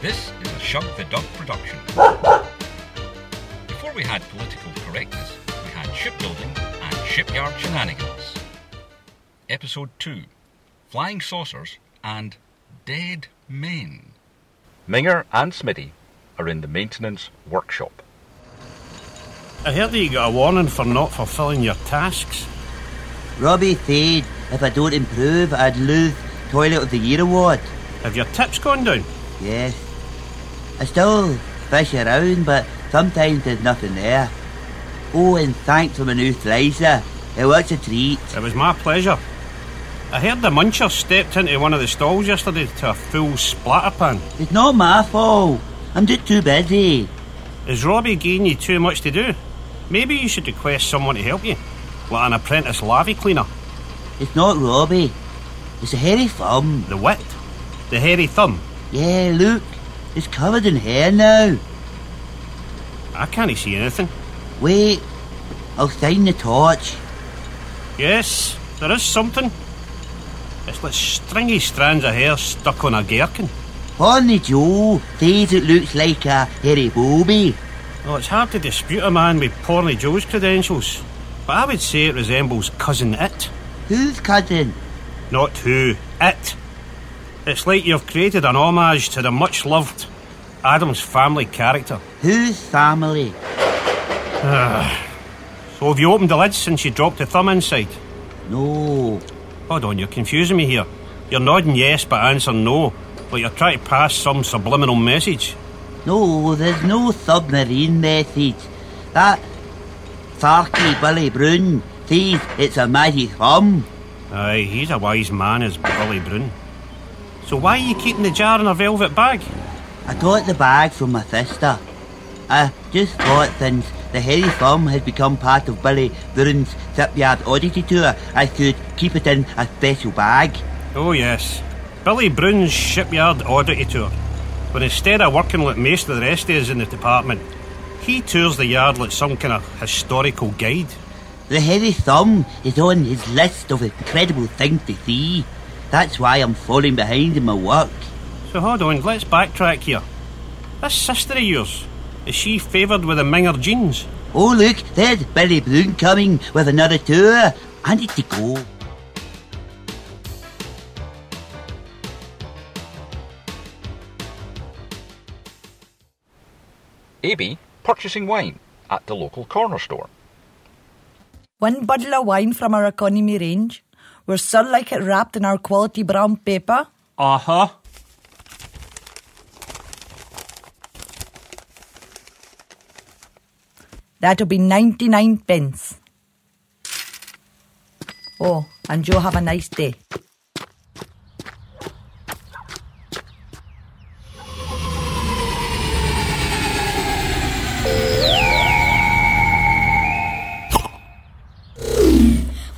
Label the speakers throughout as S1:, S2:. S1: This is a Shug the Dog production. Before we had political correctness, we had shipbuilding and shipyard shenanigans. Episode 2 Flying Saucers and Dead Men. Minger and Smitty are in the maintenance workshop.
S2: I heard that you got a warning for not fulfilling your tasks.
S3: Robbie said if I don't improve, I'd lose Toilet of the Year award.
S2: Have your tips gone down?
S3: Yes. I still fish around, but sometimes there's nothing there. Oh, and thanks for my new slicer. It works a treat.
S2: It was my pleasure. I heard the muncher stepped into one of the stalls yesterday to a full splatter pan.
S3: It's not my fault. I'm just too busy.
S2: Is Robbie giving you too much to do? Maybe you should request someone to help you, like an apprentice lavvy cleaner.
S3: It's not Robbie. It's a hairy thumb.
S2: The wit, the hairy thumb.
S3: Yeah, look. It's covered in hair now.
S2: I can't see anything.
S3: Wait. I'll sign the torch.
S2: Yes, there is something. It's like stringy strands of hair stuck on a gherkin.
S3: Horny Joe says it looks like a hairy booby.
S2: Well, it's hard to dispute a man with Porny Joe's credentials, but I would say it resembles Cousin It.
S3: Who's cousin?
S2: Not who, it. It's like you've created an homage to the much loved Adam's family character.
S3: Who's family?
S2: So have you opened the lid since you dropped the thumb inside?
S3: No.
S2: Hold on, you're confusing me here. You're nodding yes but answering no, like you're trying to pass some subliminal message.
S3: No, there's no submarine message. That sarky Billy Brown says it's a magic thumb.
S2: Aye, he's a wise man, is Billy Brune. So why are you keeping the jar in a velvet bag?
S3: I got the bag from my sister. I just thought since the hairy thumb has become part of Billy Brown's Shipyard Oddity Tour, I should keep it in a special bag.
S2: Oh yes, Billy Brune's shipyard oddity tour. But instead of working like most of the rest of us in the department, he tours the yard like some kind of historical guide.
S3: The hairy thumb is on his list of incredible things to see. That's why I'm falling behind in my work.
S2: So hold on, let's backtrack here. This sister of yours, is she favoured with the Minger genes?
S3: Oh look, there's Billy Brown coming with another tour. I need to go.
S1: AB purchasing wine at the local corner store.
S4: One bottle of wine from our economy range. We're so like it wrapped in our quality brown paper.
S2: Uh huh.
S4: That'll be 99 pence. Oh, and you have a nice day.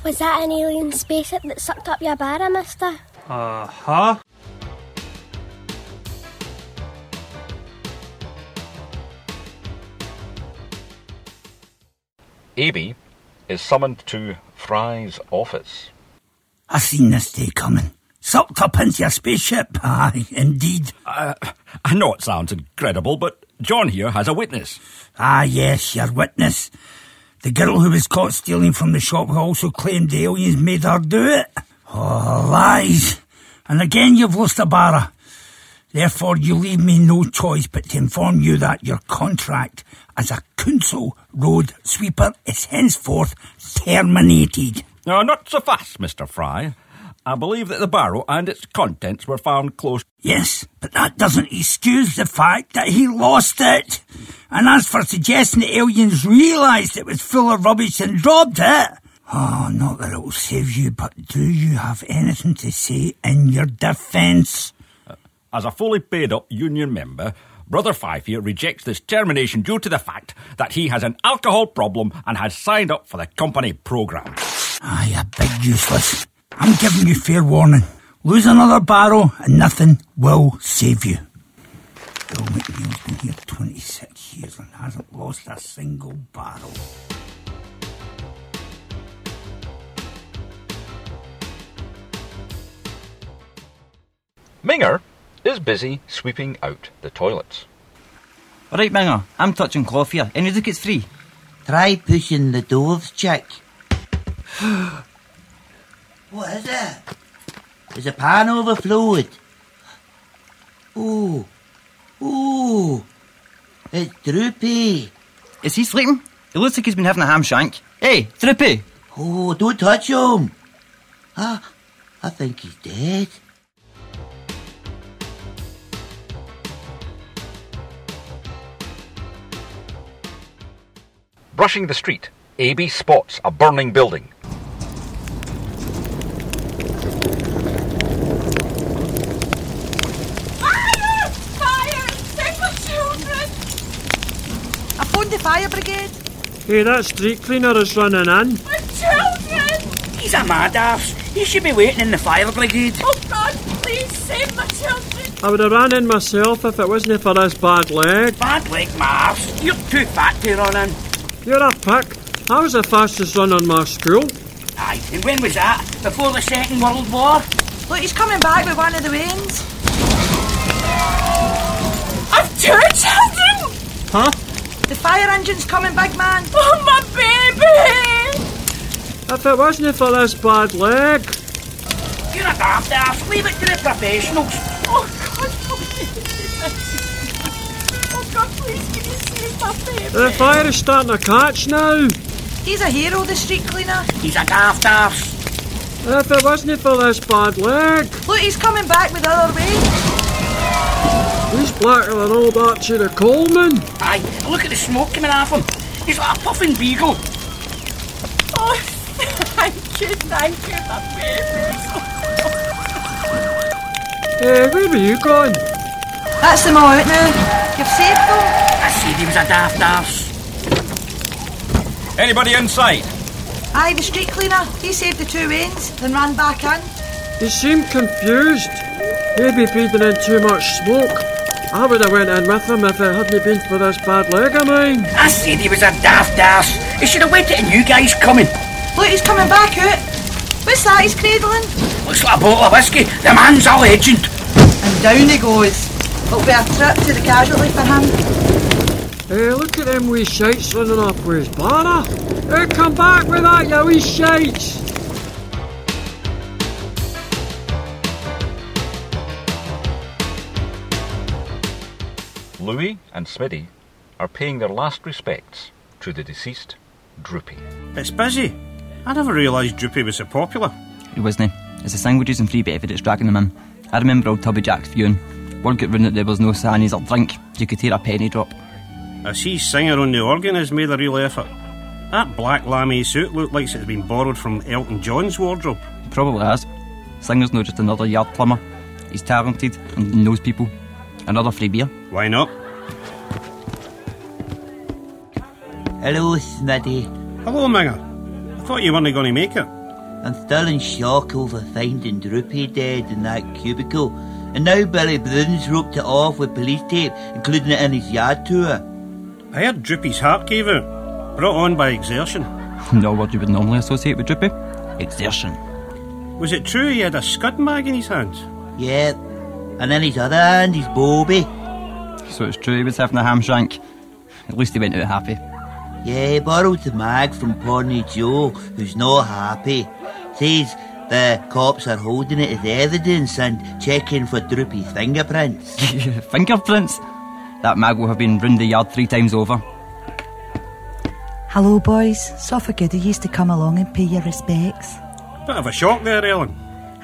S5: Was that an alien spaceship that sucked up your barra, mister?
S2: Uh huh.
S1: AB is summoned to Fry's office.
S6: I seen this day coming. Sucked up into your spaceship, aye, indeed.
S7: Uh, I know it sounds incredible, but John here has a witness.
S6: Ah, yes, your witness. The girl who was caught stealing from the shop who also claimed the aliens made her do it. Oh, lies. And again you've lost a barra. Therefore, you leave me no choice but to inform you that your contract as a council road sweeper is henceforth terminated.
S7: No, Uh, not so fast, Mr. Fry. I believe that the barrel and its contents were found close.
S6: Yes, but that doesn't excuse the fact that he lost it. And as for suggesting the aliens realised it was full of rubbish and dropped it, oh, not that it'll save you, but do you have anything to say in your defence?
S7: As a fully paid up union member, Brother Fife here rejects this termination due to the fact that he has an alcohol problem and has signed up for the company programme.
S6: Aye, a big useless. I'm giving you fair warning. Lose another barrel and nothing will save you. Bill McNeil's been here 26 years and hasn't lost a single barrel.
S1: Minger is busy sweeping out the toilets.
S8: Alright, Minger, I'm touching cloth here. Any look, it's free.
S3: Try pushing the doors, chick. what is it? Is the pan overflowed? Oh, oh, it's droopy.
S8: Is he sleeping? It looks like he's been having a ham shank. Hey, Trippy!
S3: Oh, don't touch him. Ah, I think he's dead.
S1: Brushing the street, AB spots a burning building.
S9: Fire! Fire! Save my children!
S4: I phoned the fire brigade.
S10: Hey, that street cleaner is running in.
S9: My children!
S6: He's a mad ass. He should be waiting in the fire brigade.
S9: Oh God, please save my children!
S10: I would have ran in myself if it wasn't for this bad leg.
S6: Bad leg, my ass. You're too fat to run in.
S10: You're a prick. I was the fastest runner in my school.
S6: Aye, and when was that? Before the Second World War?
S4: Look, he's coming back with one of the wains.
S9: I've two children!
S10: Huh?
S4: The fire engine's coming, big man.
S9: Oh my baby!
S10: If it wasn't for this bad leg.
S6: You're a daft ass. Leave it to the professionals.
S9: Oh God, please! Oh God, please can you save my baby?
S10: The fire is starting to catch now.
S4: He's a hero, the street cleaner.
S6: He's a daft ass.
S10: If it wasn't for this bad leg,
S4: Look, he's coming back with the other way.
S10: he's blacking an old Archie the Coleman.
S6: Aye, and look at the smoke coming off him. He's like a puffing beagle.
S9: Oh, thank you, thank you, my baby!
S10: Hey, Eh, where were you going?
S4: That's them all out now. You've saved them.
S6: I said he was a daft ass.
S7: Anybody inside?
S4: Aye, the street cleaner. He saved the two wains, then ran back in.
S10: He seemed confused. Maybe breathing in too much smoke. I would have went in with him if it hadn't been for this bad leg of mine.
S6: I said he was a daft ass. He should have waited and you guys coming.
S4: Look, he's coming back out. What's that he's cradling?
S6: Looks like a bottle of whiskey. The man's a legend.
S4: And down he goes. It'll be a trip to the casualty for him.
S10: Hey, Eh, look at them wee shites running off with his banner. Hey, come back with that, you wee shites.
S1: Louis and Smitty are paying their last respects to the deceased Droopy.
S2: It's busy. I never realised Droopy was so popular.
S8: He wasn't. It's the sandwiches and free Bedford that's dragging him in. I remember old Tubby Jack's viewing. Word got round that there was no sannies or drink. You could hear a penny drop.
S2: I see singer on the organ has made a real effort. That black lamy suit looked like it had been borrowed from Elton John's wardrobe.
S8: Probably has. Singer's not just another yard plumber. He's talented and knows people. Another free beer.
S2: Why not?
S3: Hello, Smitty.
S2: Hello, Minger. I thought you weren't going to make it.
S3: I'm still in shock over finding Droopy dead in that cubicle. And now Billy Bruns roped it off with police tape, including it in his yard tour.
S2: I heard Droopy's heart gave out, brought on by exertion.
S8: No word you would normally associate with Drippy. Exertion.
S2: Was it true he had a scud mag in his hands?
S3: Yep. And then his other hand, his Bobby.
S8: So it's true he was having a ham shank. At least he went out happy.
S3: Yeah, he borrowed the mag from Pawnee Joe, who's not happy. Says the cops are holding it as evidence and checking for Droopy's fingerprints.
S8: Fingerprints? That mag will have been round the yard three times over.
S4: Hello, boys. Sofa Goody used to come along and pay your respects.
S2: Bit of a shock there, Ellen.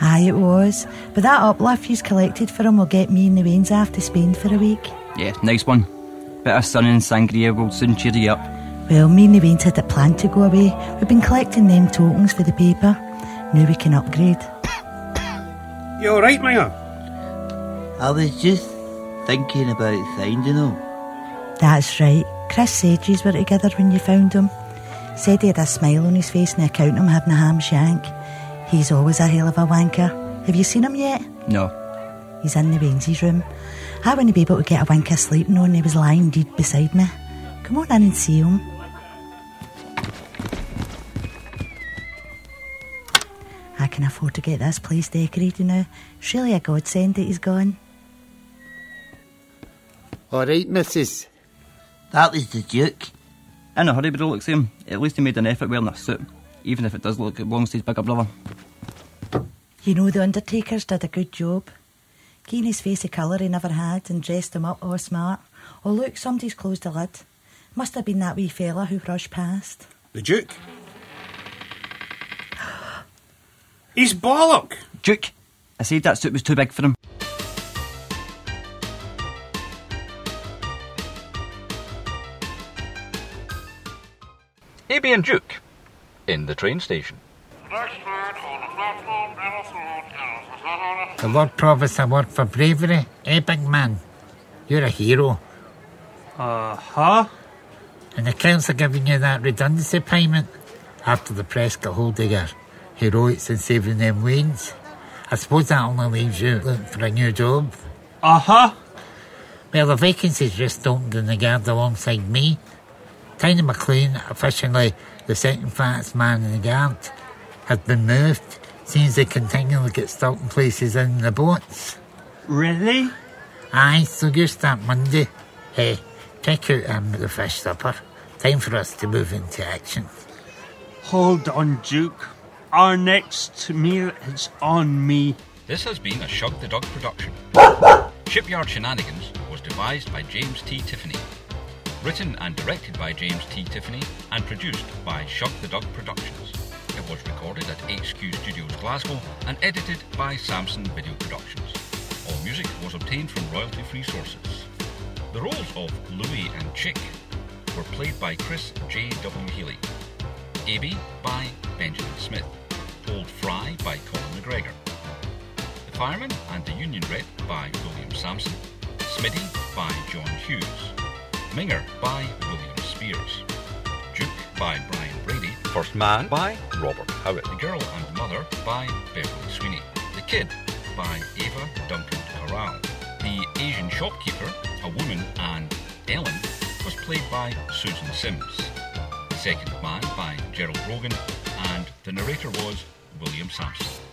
S4: Aye, it was. But that uplift you's collected for him will get me and the Wains off to Spain for a week.
S8: Yeah, nice one. Bit of sun and sangria will soon cheer you up.
S4: Well, me and the Wains had a plan to go away. We've been collecting them tokens for the paper. Now we can upgrade.
S2: You alright, Minger?
S3: I was just thinking about finding him.
S4: That's right. Chris said yous were together when you found him. Said he had a smile on his face and account him having a ham shank. He's always a hell of a wanker. Have you seen him yet?
S8: No.
S4: He's in the Wendy's room. I wouldn't be able to get a wink of sleep knowing he was lying dead beside me. Come on in and see him. I can afford to get this place decorated now. It's really a godsend that he's gone.
S11: All right, missus.
S3: That was the Duke.
S8: In a hurry, but it looks him. At least he made an effort wearing a suit, even if it does look it belongs to his bigger brother.
S4: You know, the undertakers did a good job. Giving his face a colour he never had and dressed him up all smart. Oh, look, somebody's closed the lid. Must have been that wee fella who brushed past.
S2: The Duke. He's bollock.
S8: Duke, I said that suit was too big for him.
S1: Abby and Duke in the train station.
S11: The Lord Provost Award for bravery, eh, big man? You're a hero.
S2: Uh huh.
S11: And the council giving you that redundancy payment after the press got hold of your heroics in saving them wains. I suppose that only leaves you looking for a new job.
S2: Uh huh.
S11: Well, the vacancy's just opened in the guard alongside me. Tiny McLean, officially the second fattest man in the guard, has been moved, since they continually get stuck in places in the boats.
S2: Really?
S11: Aye, so you start Monday. Hey, check out um, the fish supper. Time for us to move into action.
S2: Hold on, Duke. Our next meal is on me.
S1: This has been a Shug the Dog production. Shipyard Shenanigans was devised by James T. Tiffany, written and directed by James T. Tiffany, and produced by Shug the Dog Productions. It was recorded at HQ Studios Glasgow and edited by Samson Video Productions. All music was obtained from royalty free sources. The roles of Louie and Chick were played by Chris J.W. Healy, Abby by Benjamin Smith, Old Fry by Colin McGregor, The Fireman and the Union Rep by William Sampson, Smitty by John Hughes, Minger by William Spears, Duke by Brian Brady, First Man by Robert Howitt, The Girl and Mother by Beverly Sweeney, The Kid by Ava Duncan Corral, The Asian Shopkeeper, a woman, and Ellen was played by Susan Sims, The Second Man by Gerald Rogan, and the narrator was William Sampson.